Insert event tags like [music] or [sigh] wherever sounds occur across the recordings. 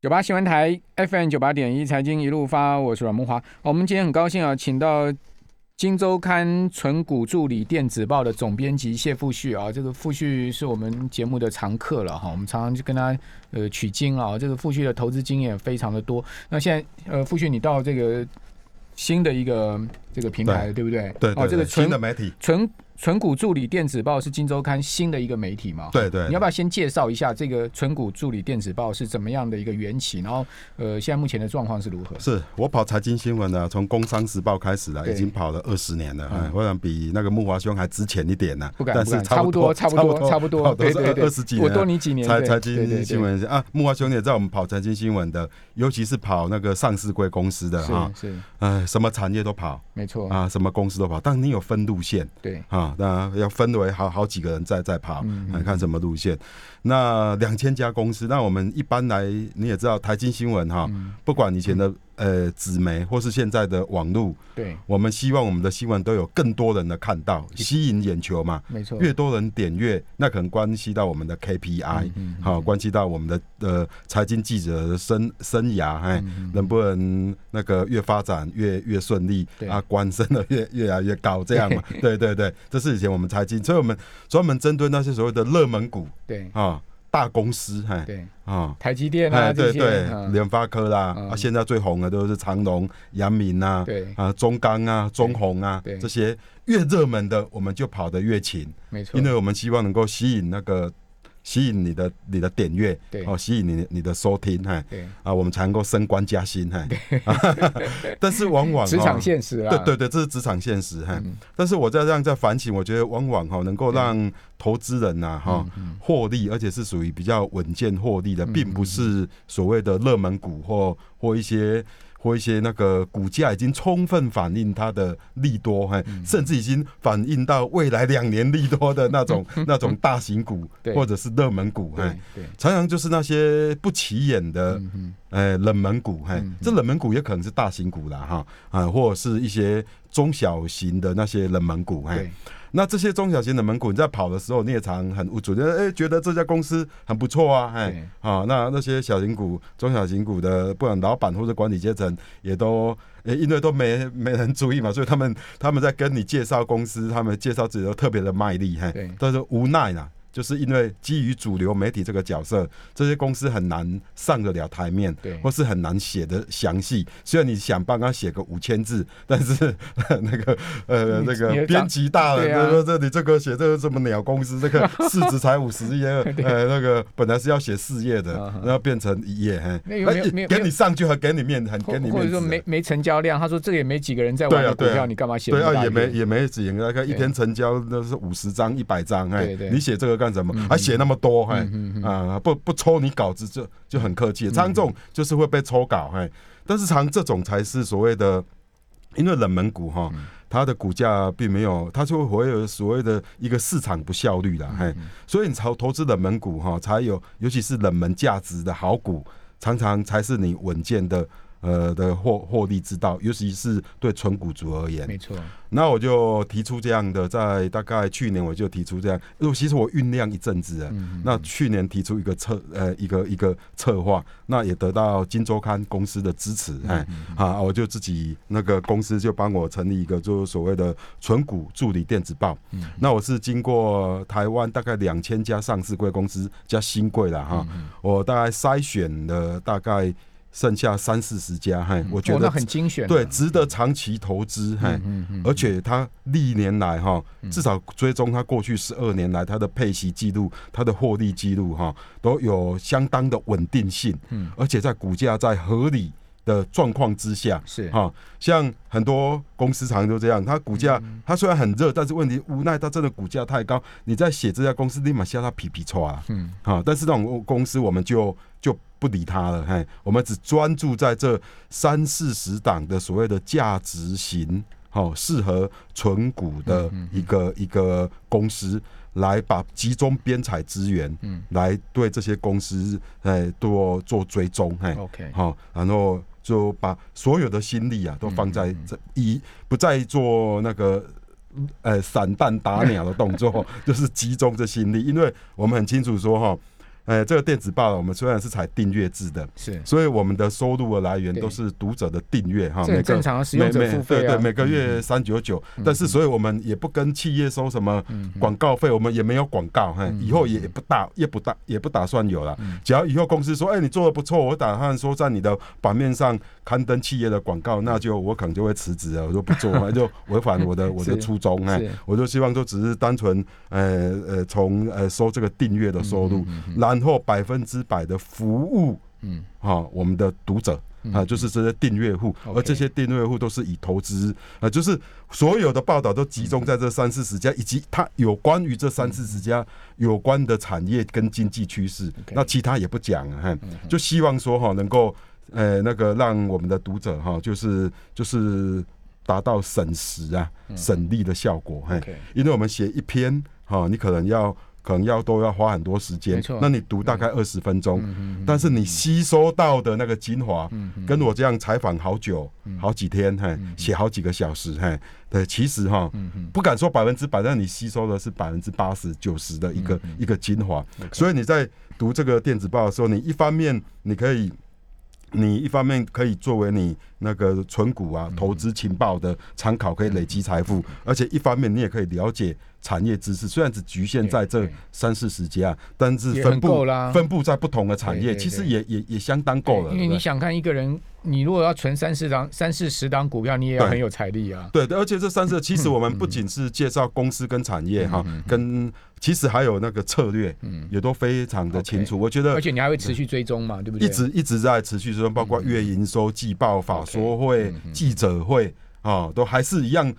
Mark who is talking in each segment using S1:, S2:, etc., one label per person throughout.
S1: 九八新闻台 FM 九八点一财经一路发，我是阮梦华。哦我们今天很高兴啊，请到《金周刊》存股助理电子报的总编辑谢富旭啊，这个富旭是我们节目的常客了哈，我们常常就跟他呃取经啊，这个富旭的投资经验非常的多。那现在呃，富旭你到这个新的一个这个平台，对不对？
S2: 对
S1: 哦，
S2: 对
S1: 这个
S2: 对，
S1: 存
S2: 新的媒体，
S1: 存存股助理电子报是《金周刊》新的一个媒体嘛？
S2: 对对，
S1: 哦你要不要先介绍一下这个存股助理电子报是怎么样的一个缘起？然后，呃，现在目前的状况是如何？
S2: 是我跑财经新闻呢，从《工商时报》开始了，
S1: 对
S2: 已经跑了二十年了，
S1: 嗯
S2: 哎，我想比那个木华兄还值钱一点呢，
S1: 不敢，
S2: 但
S1: 不
S2: 是
S1: 敢，差
S2: 不多，
S1: 差
S2: 差
S1: 不多，差不多，对
S2: 都是
S1: 对对，
S2: 二十几
S1: 我
S2: 年
S1: 多
S2: 了。
S1: 你几年，
S2: 财
S1: 对
S2: 财
S1: 对对
S2: 经
S1: 对
S2: 新闻啊，木华兄也在我们跑财经新闻的，尤其是跑那个上市贵公司的啊，
S1: 是哦是，
S2: 哎，什么产业都跑
S1: 没错，
S2: 啊，什么公司都跑，但你有分路线，
S1: 对，
S2: 啊，那要分为好好几个人在在跑，
S1: 嗯嗯
S2: 啊看什么路线。那两千家公司，那我们一般来你也知道，台经新闻哈，
S1: 嗯
S2: 不管以前的呃纸媒或是现在的网络，
S1: 对，
S2: 我们希望我们的新闻都有更多人的看到，吸引眼球嘛。
S1: 没错，
S2: 越多人点阅，那可能关系到我们的 KPI，
S1: 嗯
S2: 好、关系到我们的呃财经记者的生生涯，哎、
S1: 嗯
S2: 能不能那个越发展越越顺利
S1: 对
S2: 啊，官升的 [laughs] 越越来越高这
S1: [laughs]
S2: 样嘛？对对对，这是以前我们财经，所以我们专门针对那些所谓的热门股
S1: 对
S2: 啊、大公司，哎
S1: 对，
S2: 啊。
S1: 台积电啊
S2: 哎，
S1: 这
S2: 对
S1: 些，
S2: 对，
S1: 嗯
S2: 联发科啦，
S1: 嗯
S2: 啊，现在最红的都是长隆、阳明啊，
S1: 对，
S2: 啊，中钢啊，中红啊
S1: 对，
S2: 这些越热门的，我们就跑得越勤。
S1: 没错
S2: 因，为我们希望能够吸引那个吸引你的你的点阅，
S1: 对
S2: 哦，吸引你你的收听，哎，
S1: 对，
S2: 啊，我们才能够升官加薪，哎， [laughs] 但是往
S1: [laughs]
S2: 往
S1: 职场
S2: 哦
S1: 现实啊，
S2: 对对对，这是职场现实，哎，
S1: 嗯
S2: 但是我在这样在反省，我觉得往往哈能够让投资人呐哈
S1: 嗯
S2: 获利，而且是属于比较稳健获利的，并不是所谓的热门股或或一些。或一些那个股价已经充分反映它的利多，嘿，
S1: 嗯
S2: 甚至已经反映到未来两年利多的那
S1: [laughs]
S2: 种那种大型股
S1: 对
S2: 或者是热门股，嘿
S1: 对，对，
S2: 常常就是那些不起眼的，呃，冷门股，嘿，这冷门股也可能是大型股啦，哈，啊，或者是一些中小型的那些冷门股，嘿
S1: 对，，
S2: 那这些中小型冷门股，你在跑的时候，你也常很无助，觉得哎、觉得这家公司很不错啊，
S1: 对
S2: 哎，啊，那那些小型股、中小型股的，不管老板或者管理阶层，也都、呃因为都没没人注意嘛，所以他们他们在跟你介绍公司，他们介绍自己都特别的卖力，
S1: 对
S2: 嘿，但是无奈啦。就是因为基于主流媒体这个角色，这些公司很难上得了台面，
S1: 对
S2: 或是很难写的详细。虽然你想帮他写个五千字，但是 [laughs] 那个呃
S1: 你
S2: 那
S1: 你也长
S2: 个编辑大人
S1: 对啊
S2: 就说这你这个写这个什么鸟公司，这
S1: [laughs]
S2: 个市值才五十页，呃，那个本来是要写四页的
S1: 啊哈，
S2: 然后变成一页，嘿，
S1: 没有没有
S2: 哎
S1: 没有
S2: 给你上去，还给你面，很
S1: 或
S2: 给你面子，啊
S1: 或者说没没成交量，他说这个也没几个人在
S2: 对
S1: 玩
S2: 啊
S1: 的股
S2: 对啊
S1: 票，你干嘛写那
S2: 对
S1: 么大
S2: 啊，
S1: 一个？
S2: 也没也没几个，那个一
S1: 对
S2: 天成交都是五十张、一百张，
S1: 对
S2: 哎
S1: 对，
S2: 你写这个干什么？还写那么多，哎
S1: 嗯嗯嗯
S2: 啊，不不抽你稿子就就很客气，常常这种就是会被抽稿，哎，但是常这种才是所谓的，因为冷门股哈。
S1: 嗯
S2: 它的股价并没有，它就会有所谓的一个市场不效率啦，
S1: 嗯
S2: 嘿，所以你投投资冷门股哈，才有，尤其是冷门价值的好股，常常才是你稳健的呃的获获利之道，尤其是对纯股族而言。
S1: 没错，
S2: 那我就提出这样的，在大概去年我就提出这样，因为其实我酝酿一阵子了。
S1: 嗯
S2: 那去年提出一个策呃一个一个策划，那也得到金周刊公司的支
S1: 嗯
S2: 持，哎、啊，我就自己那个公司就帮我成立一个就是所谓的纯股助理电子报。
S1: 嗯
S2: 那我是经过台湾大概两千家上市贵公司加新贵了哈，
S1: 嗯
S2: 我大概筛选了大概剩下三四十家，嘿，我觉
S1: 哦那
S2: 得
S1: 很精选啊，嗯
S2: 对，值得长期投资，嘿，而且它历年来哈，至少追踪它过去十二年来它的配息记录、它的获利记录哈，都有相当的稳定性，
S1: 嗯
S2: 而且在股价在合理的状况之下，
S1: 是
S2: 哈、像很多公司常常都这样，它股价、
S1: 嗯
S2: 它虽然很热，但是问题无奈它真的股价太高，你在写这家公司立马吓它皮皮抽啊，
S1: 嗯，
S2: 好、但是这种公司我们就就不理它了，嘿，我们只专注在这三四十档的所谓的价值型，好、适合存股的
S1: 嗯
S2: 一个、一个公司。来把集中编采资源，
S1: 嗯，
S2: 来对这些公司，哎，做做追踪，嘿，
S1: OK，
S2: 好、然后就把所有的心力啊都放
S1: 嗯
S2: 在这一，不再做那个。 [laughs] 呃，散弹打鸟的动作就是集中这心力，因为我们很清楚说哈，呃，这个电子报我们虽然是采订阅制的，
S1: 是
S2: 所以我们的收入的来源
S1: 对
S2: 都是读者的订阅哈，
S1: 这
S2: 每
S1: 很正
S2: 个
S1: 常啊，使
S2: 每
S1: 用者
S2: 每
S1: 付
S2: 对
S1: 费
S2: 对
S1: 啊，
S2: 每个月三九九，
S1: 嗯
S2: 但是所以我们也不跟企业收什么广告费，我们也没有广告，
S1: 嗯
S2: 嘿，以后也不打也不打也不打算有了。只要以后公司说，哎，你做的不错，我打算说在你的版面上刊登企业的广告，那就我可能就会辞职了，啊我
S1: [laughs]
S2: 就不做，了，就违反我的我的
S1: 是
S2: 初衷，哎
S1: 是，
S2: 我就希望就只是单纯呃呃从呃收这个订阅的收入，然后百分之百的服务，
S1: 嗯
S2: 嗯，好我们的读者。啊，就是这些订阅户，
S1: OK
S2: 而这些订阅户都是以投资啊，就是所有的报道都集中在这三四十家，以及它有关于这三四十家有关的产业跟经济趋势。那其他也不讲，啊哈，
S1: 嗯
S2: 就希望说哈，能够呃那个让我们的读者哈，就是就是达到省时啊、省力的效果，嘿
S1: 嗯 OK，
S2: 因为我们写一篇哈，你可能要可能要都要花很多时间，
S1: 没错嗯
S2: 那你读大概二十分钟，但是你吸收到的那个精华，
S1: 嗯
S2: 跟我这样采访好久、好几天，嘿，写好几个小时，嘿，对，其实哈，
S1: 嗯
S2: 不敢说百分之百，但你吸收的是百分之八十、九十的一
S1: 嗯
S2: 个一个精华，所以你在读这个电子报的时候，你一方面你可以。你一方面可以作为你那个存股
S1: 嗯
S2: 啊、投资情报的参考，可以累积财富，而且一方面你也可以了解产业知识。虽然只局限在
S1: 对
S2: 这
S1: 对
S2: 三四十家，但是
S1: 也
S2: 分
S1: 很够
S2: 布
S1: 啦
S2: 分布在不同的产
S1: 对
S2: 业，
S1: 对
S2: 其实
S1: 对
S2: 也也也相当够了。
S1: 因为
S2: 对不
S1: 你
S2: 对
S1: 想看一个人，你如果要存三四档、三四十档股票，你也要
S2: 对
S1: 很有财力啊。
S2: 对，对而且
S1: [laughs]
S2: 这三十，其实我们不仅是介绍公司跟产
S1: 嗯
S2: 业哈，跟其实还有那个策略，也都非常的清楚。我觉得
S1: 而且你还会持续追踪嘛，对不对？
S2: 一直一直在持续追踪，包
S1: 嗯
S2: 括月营收、季报、法说会、记者会啊，都还是一样，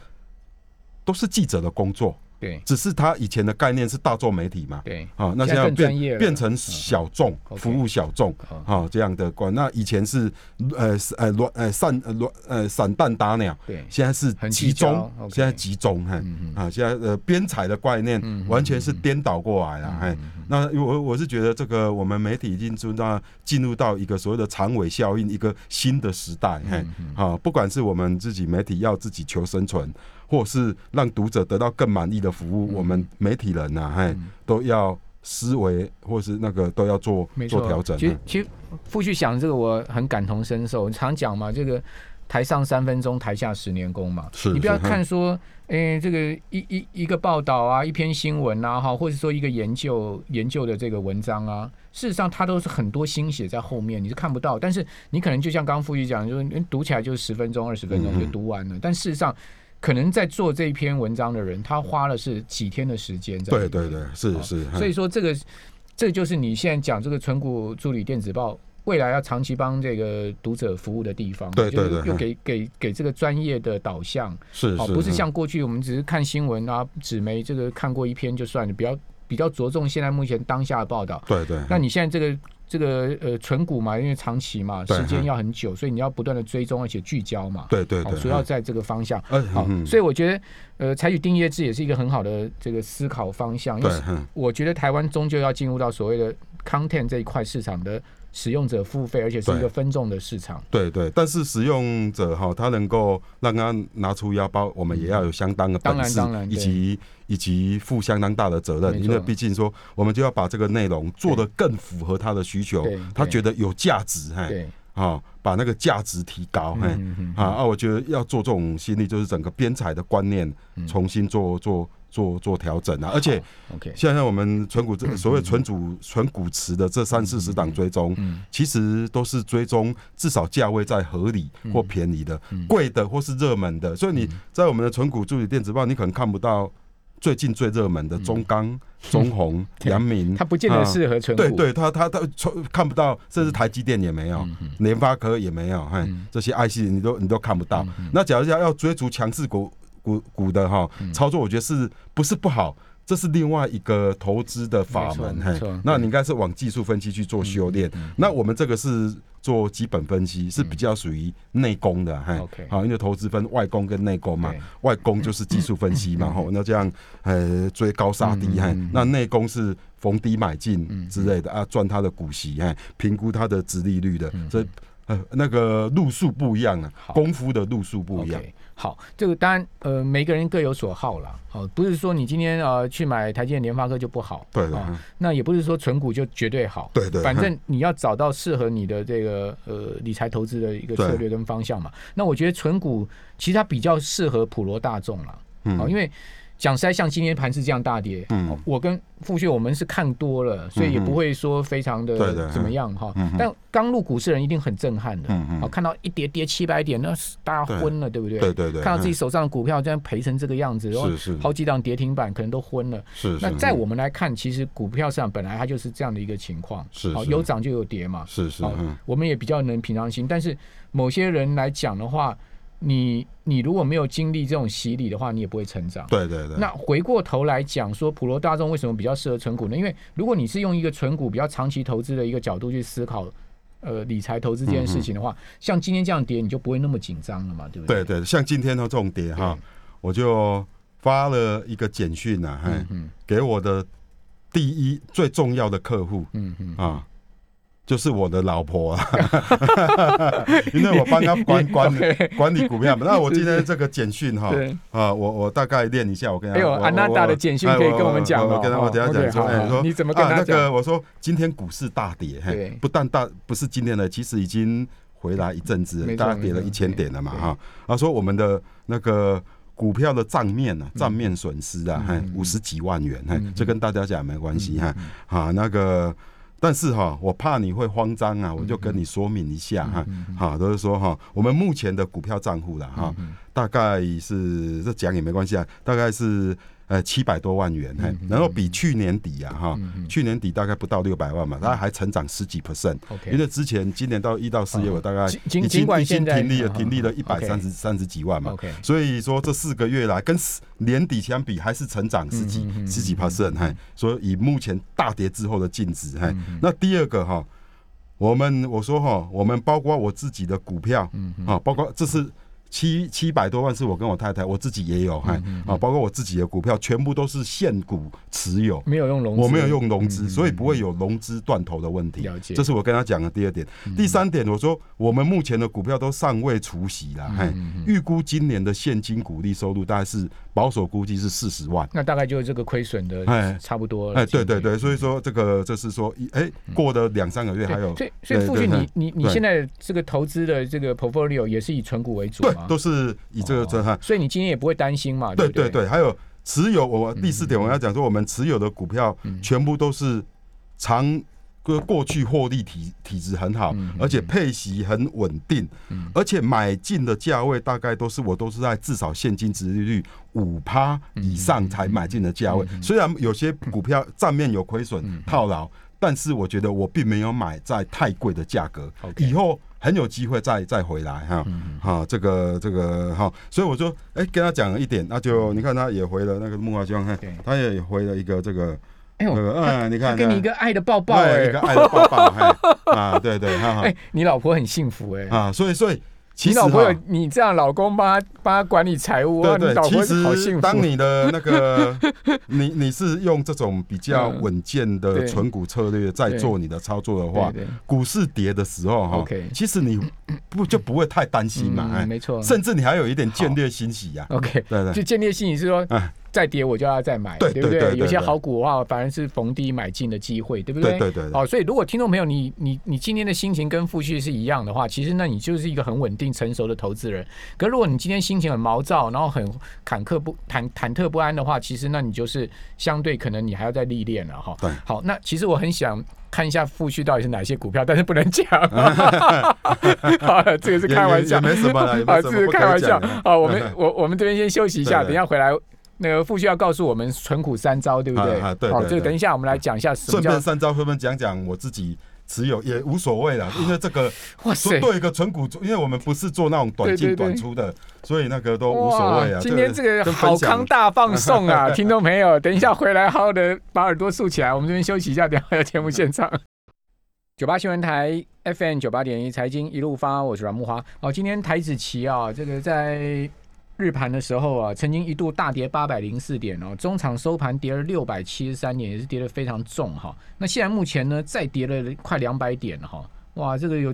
S2: 都是记者的工作，
S1: 对
S2: 只是他以前的概念是大众媒体嘛，
S1: 对
S2: 啊，那
S1: 现
S2: 现
S1: 在
S2: 在
S1: 更专业了嗯
S2: 变变成小众
S1: OK
S2: 服务小众
S1: 嗯
S2: 啊这样的观，那以前是呃是呃乱呃散呃乱呃散弹打鸟，
S1: 对，
S2: 现在是
S1: 很聚
S2: 集
S1: 焦
S2: 中，
S1: ，OK
S2: 现在集中，嘿
S1: 嗯
S2: 啊，现在呃编采的概念完全是颠倒过来
S1: 嗯
S2: 了，嘿。那我我是觉得这个我们媒体已经进入到进入到一个所谓的长尾效应，一个新的时代，嘿，
S1: 嗯
S2: 啊，不管是我们自己媒体要自己求生存，或是让读者得到更满意的服务，
S1: 嗯
S2: 我们媒体人呐，嘿，都要思维或是那个都要做
S1: 没错。
S2: 做调整，
S1: 其实
S2: 嘿
S1: 其实傅旭想这个，我很感同身受。常讲嘛，这个台上三分钟，台下十年功嘛。
S2: 是
S1: 你不要
S2: 是嘿嗯
S1: 看说，诶、这个一一一个报道啊，一篇新闻啊，哈，或者说一个研究研究的这个文章啊，事实上它都是很多心血在后面，你是看不到。但是你可能就像刚刚傅旭讲，就是你读起来就是十分钟、二十分
S2: 嗯
S1: 钟就读完了，但事实上。可能在做这一篇文章的人，他花了是几天的时间在里
S2: 对
S1: 面。
S2: 对对，是
S1: 嗯好
S2: 是，嗯嘿
S1: 所以说这个，这就是你现在讲这个纯股助理电子报。未来要长期帮这个读者服务的地方，
S2: 对
S1: 就是
S2: 对对
S1: 又给给给这个专业的导向，
S2: 是嗯
S1: 哦，
S2: 是，
S1: 不是
S2: 嘿
S1: 像过去我们只是看新闻啊、纸媒这个看过一篇就算了，比较比较着重现在目前当下的报道。
S2: 对嗯对，
S1: 那你现在这个这个呃纯股嘛，因为长期嘛，
S2: 对
S1: 时间
S2: 嗯
S1: 要很久，所以你要不断的追踪而且聚焦嘛，
S2: 对对
S1: 哦
S2: 对，
S1: 主要
S2: 嘿
S1: 在这个方向。
S2: 呃
S1: 好，
S2: 嗯
S1: 所以我觉得呃采取订阅制也是一个很好的这个思考方向，因为
S2: 对，嗯嘿
S1: 我觉得台湾终究要进入到所谓的 content 这一块市场的使用者付费，而且是一个
S2: 对
S1: 分众的市场。
S2: 对对，但是使用者哈，他能够让他拿出腰包，我们也要有相当的
S1: 当然
S2: 本事
S1: 当然，
S2: 以
S1: 对
S2: 及以及负相当大的责
S1: 没
S2: 任，
S1: 错
S2: 因为毕竟说，我们就要把这个内容做得更符合他的需求
S1: 对，
S2: 他
S1: 对
S2: 觉得有价值，嘿，
S1: 对，
S2: 啊、把那个价值提高，嘿，
S1: 嗯
S2: 啊啊，我觉得要做这种心理，就是整个编采的观念
S1: 嗯
S2: 重新做做做做调整啊，而且。
S1: ，OK，
S2: 现在我们存股这所谓存股存股池的这三四十档追踪，其实都是追踪至少价位在合理或便宜的、贵的或是热门的。所以你在我们的存股助理电子报，你可能看不到最近最热门的中钢、中红、阳明
S1: 它，不见得
S2: 啊
S1: 适合存
S2: 对
S1: 股。
S2: 对，他他他看不到，甚至台积电也没有，
S1: 嗯
S2: 联发科也没有，嘿，这些 IC 你都你都看不
S1: 嗯
S2: 到。那假如要要追逐强势股股股的哈
S1: 嗯
S2: 操作，我觉得是不是不好？这是另外一个投资的法
S1: 没错
S2: 门，
S1: 没
S2: 嘿
S1: 错，嗯
S2: 那你应该是往技术分析去做修炼。那我们这个是做基本分析，是比较属于内功的，嘿
S1: OK，
S2: 好，因为投资分外功跟内功嘛
S1: 对，嗯
S2: 外功就是技术分析嘛，吼，那这样呃追高杀低，嘿，那内功是
S1: 嗯
S2: 逢低买进之类的啊，赚它的股息，嘿，评估它的殖利率的，这呃，那个路数不一样啊
S1: 嗯好，
S2: 功夫的路数不一样。
S1: OK，好，这个当然呃，每个人各有所好啦。好、不是说你今天呃去买台积电、联发科就不好，
S2: 对的，
S1: 啊
S2: 嗯
S1: 那也不是说纯股就绝对好，
S2: 对对，
S1: 反
S2: 嗯
S1: 正你要找到适合你的这个呃理财投资的一个
S2: 对
S1: 策略跟方向嘛。那我觉得纯股其实它比较适合普罗大众啦，
S2: 嗯
S1: 哦，因为讲实在，像今天盘是这样大跌，
S2: 嗯
S1: 哦我跟傅旭我们是看多了，所以也
S2: 嗯哼
S1: 不会说非常
S2: 对的
S1: 的
S2: 嗯
S1: 怎么样哈
S2: 嗯哼。
S1: 但刚入股市的人一定很震撼的，
S2: 嗯嗯
S1: 哦，看到一跌跌七百点，那是大家昏了，对不对？
S2: 对对对，嗯
S1: 看到自己手上的股票这样赔成这个样子，然后
S2: 嗯是是
S1: 好几档跌停板可能都昏了。
S2: 是是，
S1: 那在
S2: 嗯
S1: 我们来看，其实股票市场本来它就是这样的一个情况，
S2: 是
S1: 好
S2: 是
S1: 有涨就有跌嘛。
S2: 是是
S1: 好
S2: 嗯
S1: 我们也比较能平常心，但是某些人来讲的话，你你如果没有经历这种洗礼的话，你也不会成长。
S2: 对对对，
S1: 那回过头来讲，说普罗大众为什么比较适合存股呢？因为如果你是用一个存股比较长期投资的一个角度去思考，呃，理财投资这件事情的话，像今天这样跌，你就不会那么紧张了嘛，对不对？
S2: 嗯对对，像今天的这种跌哈
S1: 对，
S2: 我就发了一个简讯呐、啊，嘿
S1: 嗯，嗯
S2: 给我的第一最重要的客户
S1: 嗯嗯，
S2: 啊，就是我的老婆啊，因为我帮她管管管理股票嘛。那我今天这个简讯哈
S1: 对，
S2: 啊，我我大概念一下，我跟她
S1: 哎呦
S2: 我我
S1: 安娜达的简讯
S2: 哎
S1: 可以跟我们讲
S2: 我
S1: 哦
S2: 跟她
S1: 哦
S2: 我等一下讲
S1: OK，
S2: 说，
S1: 好
S2: 哎
S1: 好
S2: 说
S1: 你怎么跟
S2: 啊
S1: 她
S2: 那个
S1: 讲
S2: 我说今天股市大跌，
S1: 对
S2: 嘿，不但大不是今天的，其实已经回来一阵子
S1: 没，错
S2: 大概跌了
S1: 没
S2: 一
S1: 错
S2: 千点了嘛
S1: 对
S2: 哈。啊，说我们的那个股票的账面
S1: 嗯
S2: 啊，账面损失啊，嘿，五十几万元，嘿，这跟大家讲没关
S1: 嗯
S2: 系哈。啊，那个，但是哈，我怕你会慌张
S1: 嗯
S2: 啊，我就跟你说明一下哈。好，都是说哈，我们目前的股票账户了哈，
S1: 嗯
S2: 大概是这讲也没关系啊，大概是。呃，七百多万元，
S1: 嗯
S2: 嘿，然后比去年底啊，哈，去年底大概不到六百万嘛，它还成长十几 percent，
S1: 嗯 OK
S2: 因为之前今年到一到四月，
S1: 嗯
S2: 我大概
S1: 尽
S2: 已
S1: 尽
S2: 经
S1: 尽管
S2: 已经
S1: 现在
S2: 停利了，
S1: 嗯
S2: 停利了
S1: 嗯
S2: 一百三十三十几万嘛
S1: OK，
S2: 所以说这四个月来跟十年底相比，还是成长十几
S1: 嗯嗯嗯
S2: 十几 percent，嘿，所以以目前大跌之后的净值，嘿，
S1: 嗯
S2: 那第二个哈，我们我说哈，我们包括我自己的股票，
S1: 嗯
S2: 啊，包括这是。七七百多万是我跟我太太，我自己也有，
S1: 嗯
S2: 嘿，啊，包括我自己的股票，全部都是现股持有，
S1: 没有用融资，
S2: 我没有用融资，所以不会有融资断头的问题。
S1: 嗯了解嗯
S2: 这是我跟他讲的第二点。第三点，我说我们目前的股票都尚未除息
S1: 嗯
S2: 啦，嘿，预估今年的现金股利收入大概是保守估计是四十万。
S1: 那大概就是这个亏损的
S2: 哎
S1: 差不多了。
S2: 哎，对对
S1: 对
S2: 对，所以说这个就是说一，哎，
S1: 嗯
S2: 过了两三个月还有，
S1: 所以所以
S2: 对
S1: 傅旭，
S2: 对
S1: 你你你
S2: 对
S1: 现在这个投资的这个 portfolio 也是以纯股为主
S2: 对
S1: 吗？哦
S2: 都是以这个这哈，
S1: 所以你今天也不会担心嘛？
S2: 对
S1: 不
S2: 对对，还有持有
S1: 嗯
S2: 我第四点我要讲说，我们持有的股票全部都是长。过过去获利体体质很
S1: 嗯
S2: 好，而且配息很稳定，而且买进的价位大概都是我都是在至少现金值利率五趴以上才买进的价位。虽然有些股票账面有亏损套牢，但是我觉得我并没有买在太贵的价格，
S1: OK
S2: 以后很有机会再再回来哈。哈，这个这个哈，所以我就哎跟他讲了一点，那就你看他也回了那个木华兄，嘿
S1: 对
S2: 他也回了一个这个
S1: 哎
S2: 那
S1: 呦，
S2: 个，哎，你看
S1: 给你一个爱的抱抱
S2: 对
S1: 哎
S2: 一个啊爱的抱抱，
S1: [laughs]
S2: 嘿啊，对对，哈哈
S1: 哎，你老婆很幸福哎。
S2: 啊，所以所以其
S1: 你
S2: 实
S1: 老婆有
S2: 哈
S1: 你这样，老公帮她帮她管理财务，哇，你
S2: 对
S1: 老
S2: 对，
S1: 婆
S2: 其
S1: 好幸
S2: 实
S1: 福。
S2: 当
S1: [laughs]
S2: 你的那个你你是用这种比较稳健
S1: 嗯
S2: 的
S1: 对
S2: 存股策略在做你的操作的话
S1: 对对，
S2: 股市跌的时候哈
S1: OK，
S2: 其实你不就不会太担心嘛，
S1: 嗯
S2: 哎，
S1: 没错哦
S2: 甚至你还有一点见略欣喜呀，
S1: OK，
S2: 对对
S1: 就建立信你是说
S2: 哎，
S1: 再跌我就要再买，
S2: 对
S1: 不
S2: 对对对
S1: 有些
S2: 对
S1: 好股的话，反而是逢低买进的机会，对不对？
S2: 对对对对
S1: 哦，所以如果听众朋友你你你今天的心情跟傅旭是一样的话，其实那你就是一个很稳定成熟的投资人。可如果你今天心情很毛躁，然后很坎坷不忐忐忑不安的话，其实那你就是相对可能你还要再历练了哈。
S2: 对
S1: 好，那其实我很想。看一下傅旭到底是哪些股票，但是不能
S2: [laughs]
S1: 讲。 [laughs] 好，这个是
S2: 也
S1: 开玩
S2: 也
S1: 笑，
S2: 也没什么啦，也
S1: [laughs]
S2: 没
S1: 啊，
S2: 什
S1: 这
S2: 么
S1: 是
S2: 不
S1: 开
S2: 可
S1: 玩
S2: 以
S1: 笑
S2: 讲的。
S1: 啊。我们我我们这边先休息一下，
S2: 嗯对对
S1: 等一下回来，那个傅旭要告诉我们存股三招，对不对？
S2: 啊啊对
S1: 好
S2: 对
S1: 这个
S2: 对
S1: 等一下我们来讲一下什么
S2: 顺
S1: 叫
S2: 便三招，顺便讲讲我自己持有也无所谓啦，因为这个
S1: 哇塞
S2: 说。对一个纯股族，因为我们不是做那种短
S1: 对对对
S2: 进短出的，所以那个都无所谓啊。
S1: 今天这个
S2: 跟
S1: 好
S2: 分享
S1: 康大放送
S2: [laughs]
S1: 啊，听众朋友，等一下回来好好的把耳朵竖起来，我们这边休息一下，等一下回到节目现场。九八新闻台 FM 九八点一财经一路发，我是阮木花。哦，今天台子期啊，这个在日盘的时候啊，曾经一度大跌八百零四点哦，中场收盘跌了六百七十三点，也是跌得非常重哈、那现在目前呢，再跌了快两百点哈、哇，这个有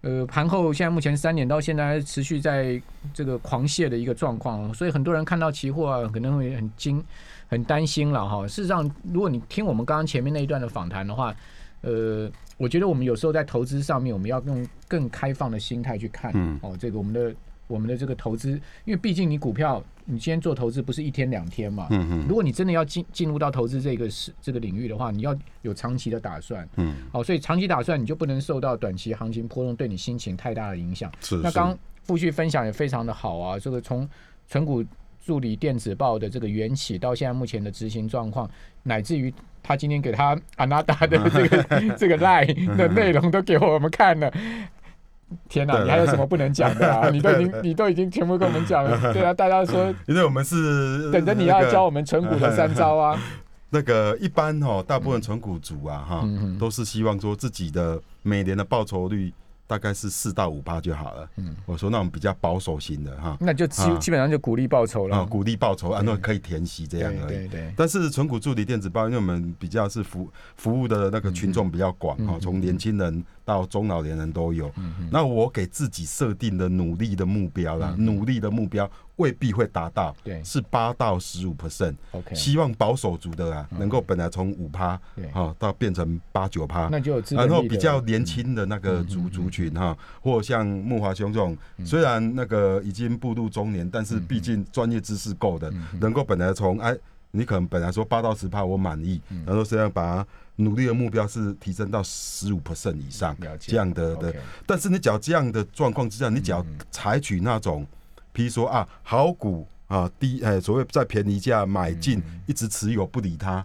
S1: 呃，盘后现在目前三点到现在还持续在这个狂泻的一个状况哦，所以很多人看到期货啊，可能会很惊、很担心了哈。事实上，如果你听我们刚刚前面那一段的访谈的话，呃，我觉得我们有时候在投资上面，我们要用更开放的心态去看、
S2: 嗯
S1: 哦，这个我们的我们的这个投资，因为毕竟你股票，你今天做投资不是一天两天嘛，
S2: 嗯嗯
S1: 如果你真的要进进入到投资这个是这个领域的话，你要有长期的打算。
S2: 嗯，
S1: 好、所以长期打算你就不能受到短期行情波动对你心情太大的影响。
S2: 是。
S1: 那
S2: 是
S1: 刚刚傅旭分享也非常的好啊，这个从存股助理电子报的这个缘起到现在目前的执行状况，乃至于他今天给他阿纳达的
S2: [laughs]
S1: 这个这个
S2: 嗯
S1: line 的内容都给我们看了。天哪、
S2: 对
S1: 你还有什么不能讲的啊？
S2: [laughs]
S1: 你都已经你都已经全部跟我们讲了，对啊，大家说
S2: 因为我们是
S1: 等着你要教我们存股的三招
S2: [laughs]
S1: 啊。
S2: 嗯那个一般哦，大部分存股族啊哈，
S1: 嗯
S2: 都是希望说自己的每年的报酬率大概是四到五趴就好了。
S1: 嗯
S2: 我说那种比较保守型的哈，
S1: 那就基
S2: 啊
S1: 基本上就鼓励报酬
S2: 啊，
S1: 了。
S2: 鼓励报酬，啊，那可以填息这样
S1: 对
S2: 而已。
S1: 对对，
S2: 但是存股助理电子报，因为我们比较是服服务的那个群众比较广
S1: 嗯
S2: 哈，
S1: 嗯
S2: 从年轻人到中老年人都有。
S1: 嗯嗯，
S2: 那我给自己设定的努力的目标啦，
S1: 嗯
S2: 努力的目标未必会达到，
S1: 对
S2: 是八到十五 percent，
S1: ，OK，
S2: 希望保守族的啊，
S1: 嗯
S2: 能够本来从五趴
S1: 对，
S2: 哈到变成八九趴，
S1: 那就有资本
S2: 啊然后
S1: 利
S2: 比
S1: 得
S2: 较年轻的那
S1: 嗯
S2: 个族族群哈，或像木华兄这种，虽然那个已经步入中年，但是
S1: 嗯
S2: 毕竟专业知识够的，能够本来从哎，你可能本来说八到十趴我满意，
S1: 嗯
S2: 然后现在把它努力的目标是提升到十五 percent 以上
S1: 了解
S2: 这样的的
S1: OK，嗯
S2: 但是你只要这样的状况之下，你只要采取那种，譬如说啊，好股啊低哎，所谓在便宜价买进，一直持有不理它，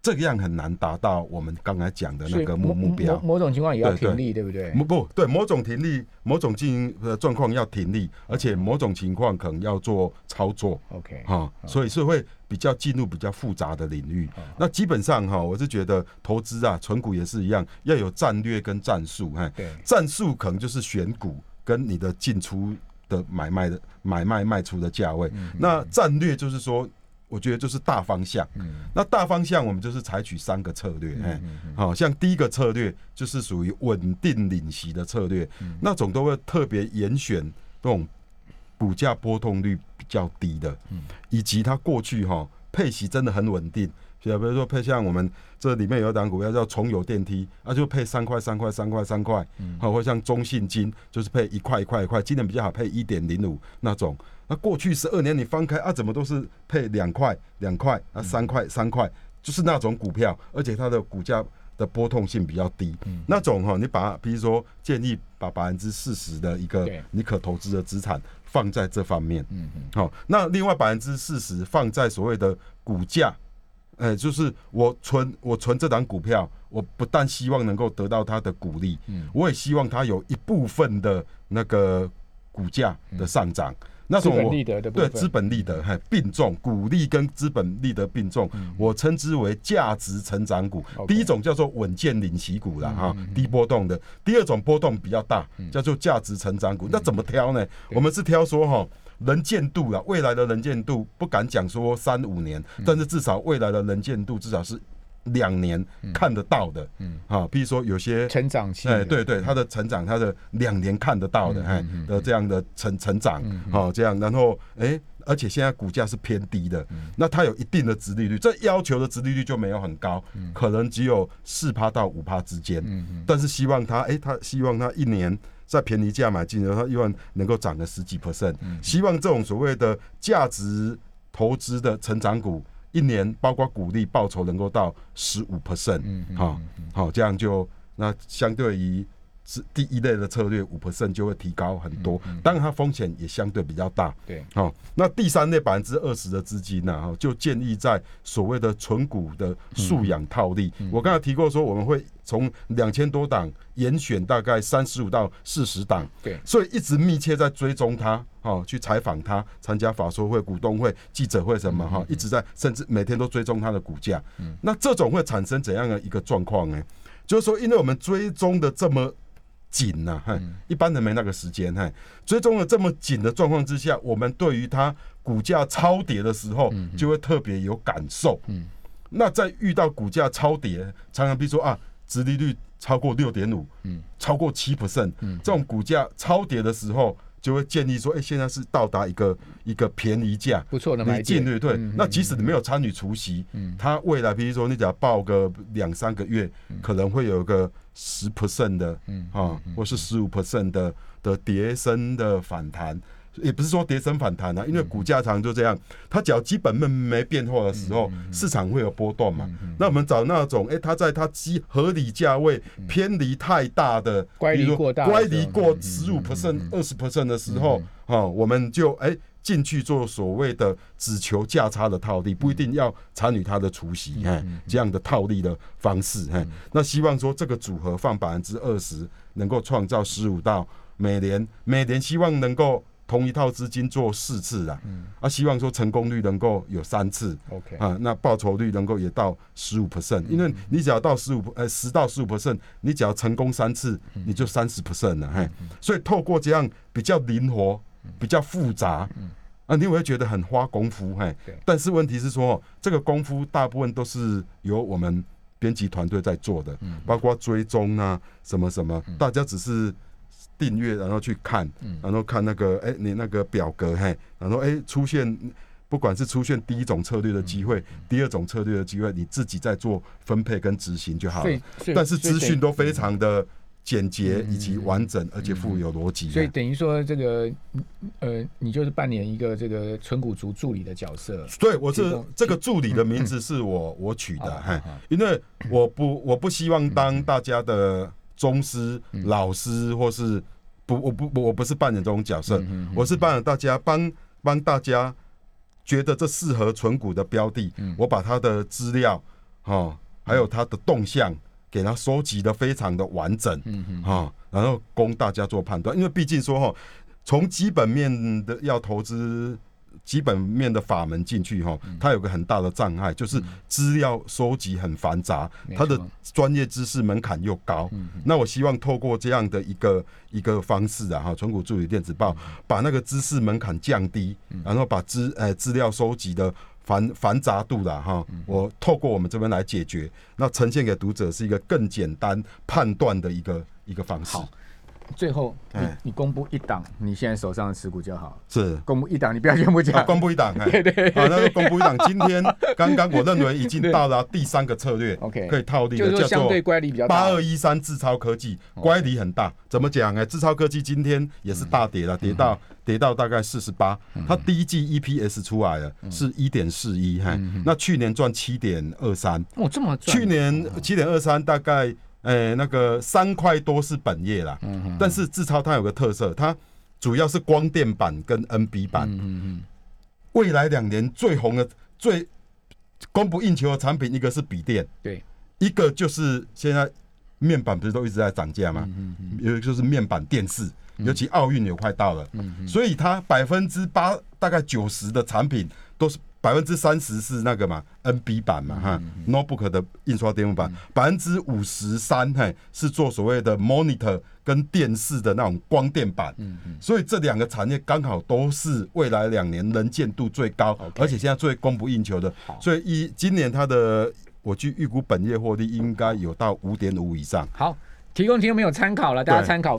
S2: 这样很难达到我们刚才讲的
S1: 所
S2: 那
S1: 以
S2: 个
S1: 某
S2: 目目标
S1: 某。某种情况也要
S2: 对对
S1: 停利，对不对？
S2: 不不对，某种停利，某种经营的状况要停利，而且某种情况可能要做操作
S1: OK，
S2: 哈、所以是会比较进入比较复杂的领域。那基本上哈、我是觉得投资啊，存股也是一样，要有战略跟战术，嘿，
S1: 对，
S2: 战术可能就是选股跟你的进出的买卖的买卖卖出的价位。那战略就是说，我觉得就是大方向。
S1: 嗯
S2: 那大方向我们就是采取三个策略，哎、
S1: 嗯嗯
S2: 好、像第一个策略就是属于稳定领息的策略，
S1: 嗯
S2: 那种都会特别严选那种股价波动率比较低的，以及它过去哈、配息真的很稳定。比如说配像我们这里面有一档股票叫重友电梯，啊就配三块三块三块三块，好、或像中信金就是配一块一块一块，今年比较好配一点零五那种。那过去十二年你翻开啊，怎么都是配两块两块啊三块三块，就是那种股票，而且它的股价的波动性比较低，那种哈、你把比如说建议把百分之四十的一个
S1: 对
S2: 你可投资的资产放在这方面，
S1: 嗯嗯
S2: 好、那另外百分之四十放在所谓的股价，哎、就是我存我存这档股票，我不但希望能够得到它的鼓励，
S1: 嗯
S2: 我也希望它有一部分的那个股价的上涨。那
S1: 资
S2: 种
S1: 本
S2: 我
S1: 利得的部
S2: 对
S1: 分，
S2: 资本利得嘿并重，股利跟资本利得并重，我称之为价值成长股。
S1: 嗯 OK 嗯
S2: 第一种叫做稳健领息股啦，哈，低波动的；第二种波动比较大，叫做价值成长
S1: 嗯
S2: 股。那怎么挑呢？我们是挑说哈。能见度啦，未来的能见度不敢讲说三五年，
S1: 嗯
S2: 但是至少未来的能见度至少是两年看得到的。嗯，啊，比如说有些
S1: 成长期，
S2: 哎，对对，它的成长，它的两年看得到的，哎的这样的成成长，好这样，然后哎，而且现在股价是偏低的，那它有一定的殖利率，这要求的殖利率就没有很高，可能只有四趴到五趴之间，但是希望它，哎，它希望它一年。在便宜价买进，然后它希望能够涨个十几 percent，希望这种所谓的价值投资的成长股，一年包括股利报酬能够到十五 percent，好
S1: 嗯
S2: 好这样就那相对于是第一类的策略五 percent 就会提高很多，当然它风险也相对比较大。
S1: 嗯对，
S2: 好、那第三类百分之二十的资金呢、啊哈就建议在所谓的纯股的素养套利。
S1: 嗯
S2: 我刚才提过说，我们会从两千多档严选大概三十五到四十档，
S1: 对
S2: 所以一直密切在追踪他，哦，去采访他，参加法说会、股东会、记者会什么
S1: 嗯
S2: 哈、一直在，甚至每天都追踪他的股价。那这种会产生怎样的一个状况呢？就是说，因为我们追踪的这么紧呐、啊，嘿
S1: 嗯
S2: 一般人没那个时间，嘿，追踪的这么紧的状况之下，我们对于它股价超跌的时候，
S1: 嗯
S2: 就会特别有感受。那在遇到股价超跌，常常比如说啊，殖利率超过六点五，
S1: 嗯，
S2: 超过七 percent，
S1: 嗯
S2: 这种股价超跌的时候，就会建议说，哎、现在是到达一个一个便宜价，
S1: 不错的买
S2: 你进
S1: 点，
S2: 对对，
S1: 嗯
S2: 那即使你没有参与除息，
S1: 嗯
S2: 它未来比如说你只要报个两三个月，可能会有个十 percent 的
S1: 嗯
S2: 啊，或是十五 percent 的的跌升的反弹，也不是说跌升反弹啊，因
S1: 嗯
S2: 为股价常就这样，它只要基本面没变化的时
S1: 嗯
S2: 候，市场会有波动嘛。那我们找那种，哎、它在它基合理价位
S1: 嗯
S2: 偏离太大的，
S1: 乖离
S2: 比如说
S1: 过大的
S2: 乖
S1: 时候
S2: 离过嗯十五 percent、二十 percent 的时候，啊，我们就哎。进去做所谓的只求价差的套利，不一定要参与它的除息，哎，这样的套利的方式，哎，那希望说这个组合放百分之二十，能够创造十五到每年每年希望能够同一套资金做四次啊，啊，希望说成功率能够有三次，
S1: ，OK，嗯
S2: 啊，那报酬率能够也到十五 percent，因为你只要到十五呃十到十五 percent，你只要成功三次，
S1: 嗯
S2: 你就三十 percent 了，嘿，所以透过这样比较灵活、
S1: 嗯
S2: 比较复杂，啊，你会觉得很花功夫，嘿
S1: 对，
S2: 但是问题是说，这个功夫大部分都是由我们编辑团队在做的，包括追踪啊，什么什么，
S1: 嗯
S2: 大家只是。订阅，然后去看，然后看那个，哎、你那个表格，嘿，然后哎、出现，不管是出现第一种策略的机
S1: 嗯
S2: 会，第二种策略的机会，你自己再做分配跟执行就好
S1: 所以
S2: 了。
S1: 所以
S2: 但是
S1: 所以
S2: 资
S1: 等嗯
S2: 讯都非常的简洁以及完整，而且富有逻辑。啊
S1: 所以等于说，这个嗯呃，你就是扮演一个这个纯股族助理的角色。
S2: 对，我
S1: 提
S2: 是
S1: 供
S2: 这个助理的名
S1: 嗯
S2: 字是我我取的，
S1: 啊
S2: 嘿，
S1: 啊
S2: 因为我不我不希望
S1: 嗯
S2: 当大家的宗师、老师，或是不我不我不是扮演这种角色，我是扮演大家帮帮大家觉得这适合存股的标的，我把它的资料哦，还有它的动向给它收集的非常的完整，哈、然后供大家做判断，因为毕竟说哈，从基本面的要投资基本面的法门进去哈，它有个很大的障碍，就是资料收集很繁杂
S1: 没，
S2: 它的
S1: 错
S2: 专业知识门槛又高。那我希望透过这样的一个一个方式啊，哈，纯股助理电子报，把那个知识门槛降低，然后把资呃资料收集的。繁繁杂度啦，哈，我透过我们这边来解决，那呈现给读者是一个更简单判断的一个一个方式
S1: 好，最后，你
S2: 哎
S1: 你公布一档你现在手上的持股就好，
S2: 是。
S1: 公布一档，你不要全部
S2: 啊，
S1: 讲。
S2: 公布一档，哎，啊，那个公布一档，今天刚刚我认为已经到达第三个策略
S1: OK
S2: 可以套利
S1: 就是
S2: 的，
S1: 说
S2: 叫
S1: 相
S2: 做
S1: 对乖离比较大。
S2: 八二一三智超科技，乖离很大。怎么讲？哎，
S1: 嗯
S2: 智超科技今天也是大跌了，跌到跌到大概四十八，
S1: 嗯
S2: 它第一季 EPS 出来了是一点四一，嘿，
S1: 嗯
S2: 那去年赚七点二三，
S1: 哦，这么赚
S2: 去年七点二三大概，呃，那个三块多是本业啦，但是智超它有个特色，它主要是光电板跟 NB 板，未来两年最红的、最供不应求的产品，一个是笔电，
S1: 对，
S2: 一个就是现在面板不是都一直在涨价吗？有一个就是面板电视，尤其奥运也快到了，所以它百分之八大概九十的产品都是百分之三十是那个嘛 NB 版嘛哈、notebook 的印刷电路板，百分之五十三嘿是做所谓的 monitor 跟电视的那种光电板，所以这两个产业刚好都是未来两年能见度最高
S1: OK
S2: 而且现在最供不应求的，所以一今年它的。我去预估本业获利应该有到五点五以上。
S1: 好，提供听众朋友参考了，大家
S2: 对
S1: 参考。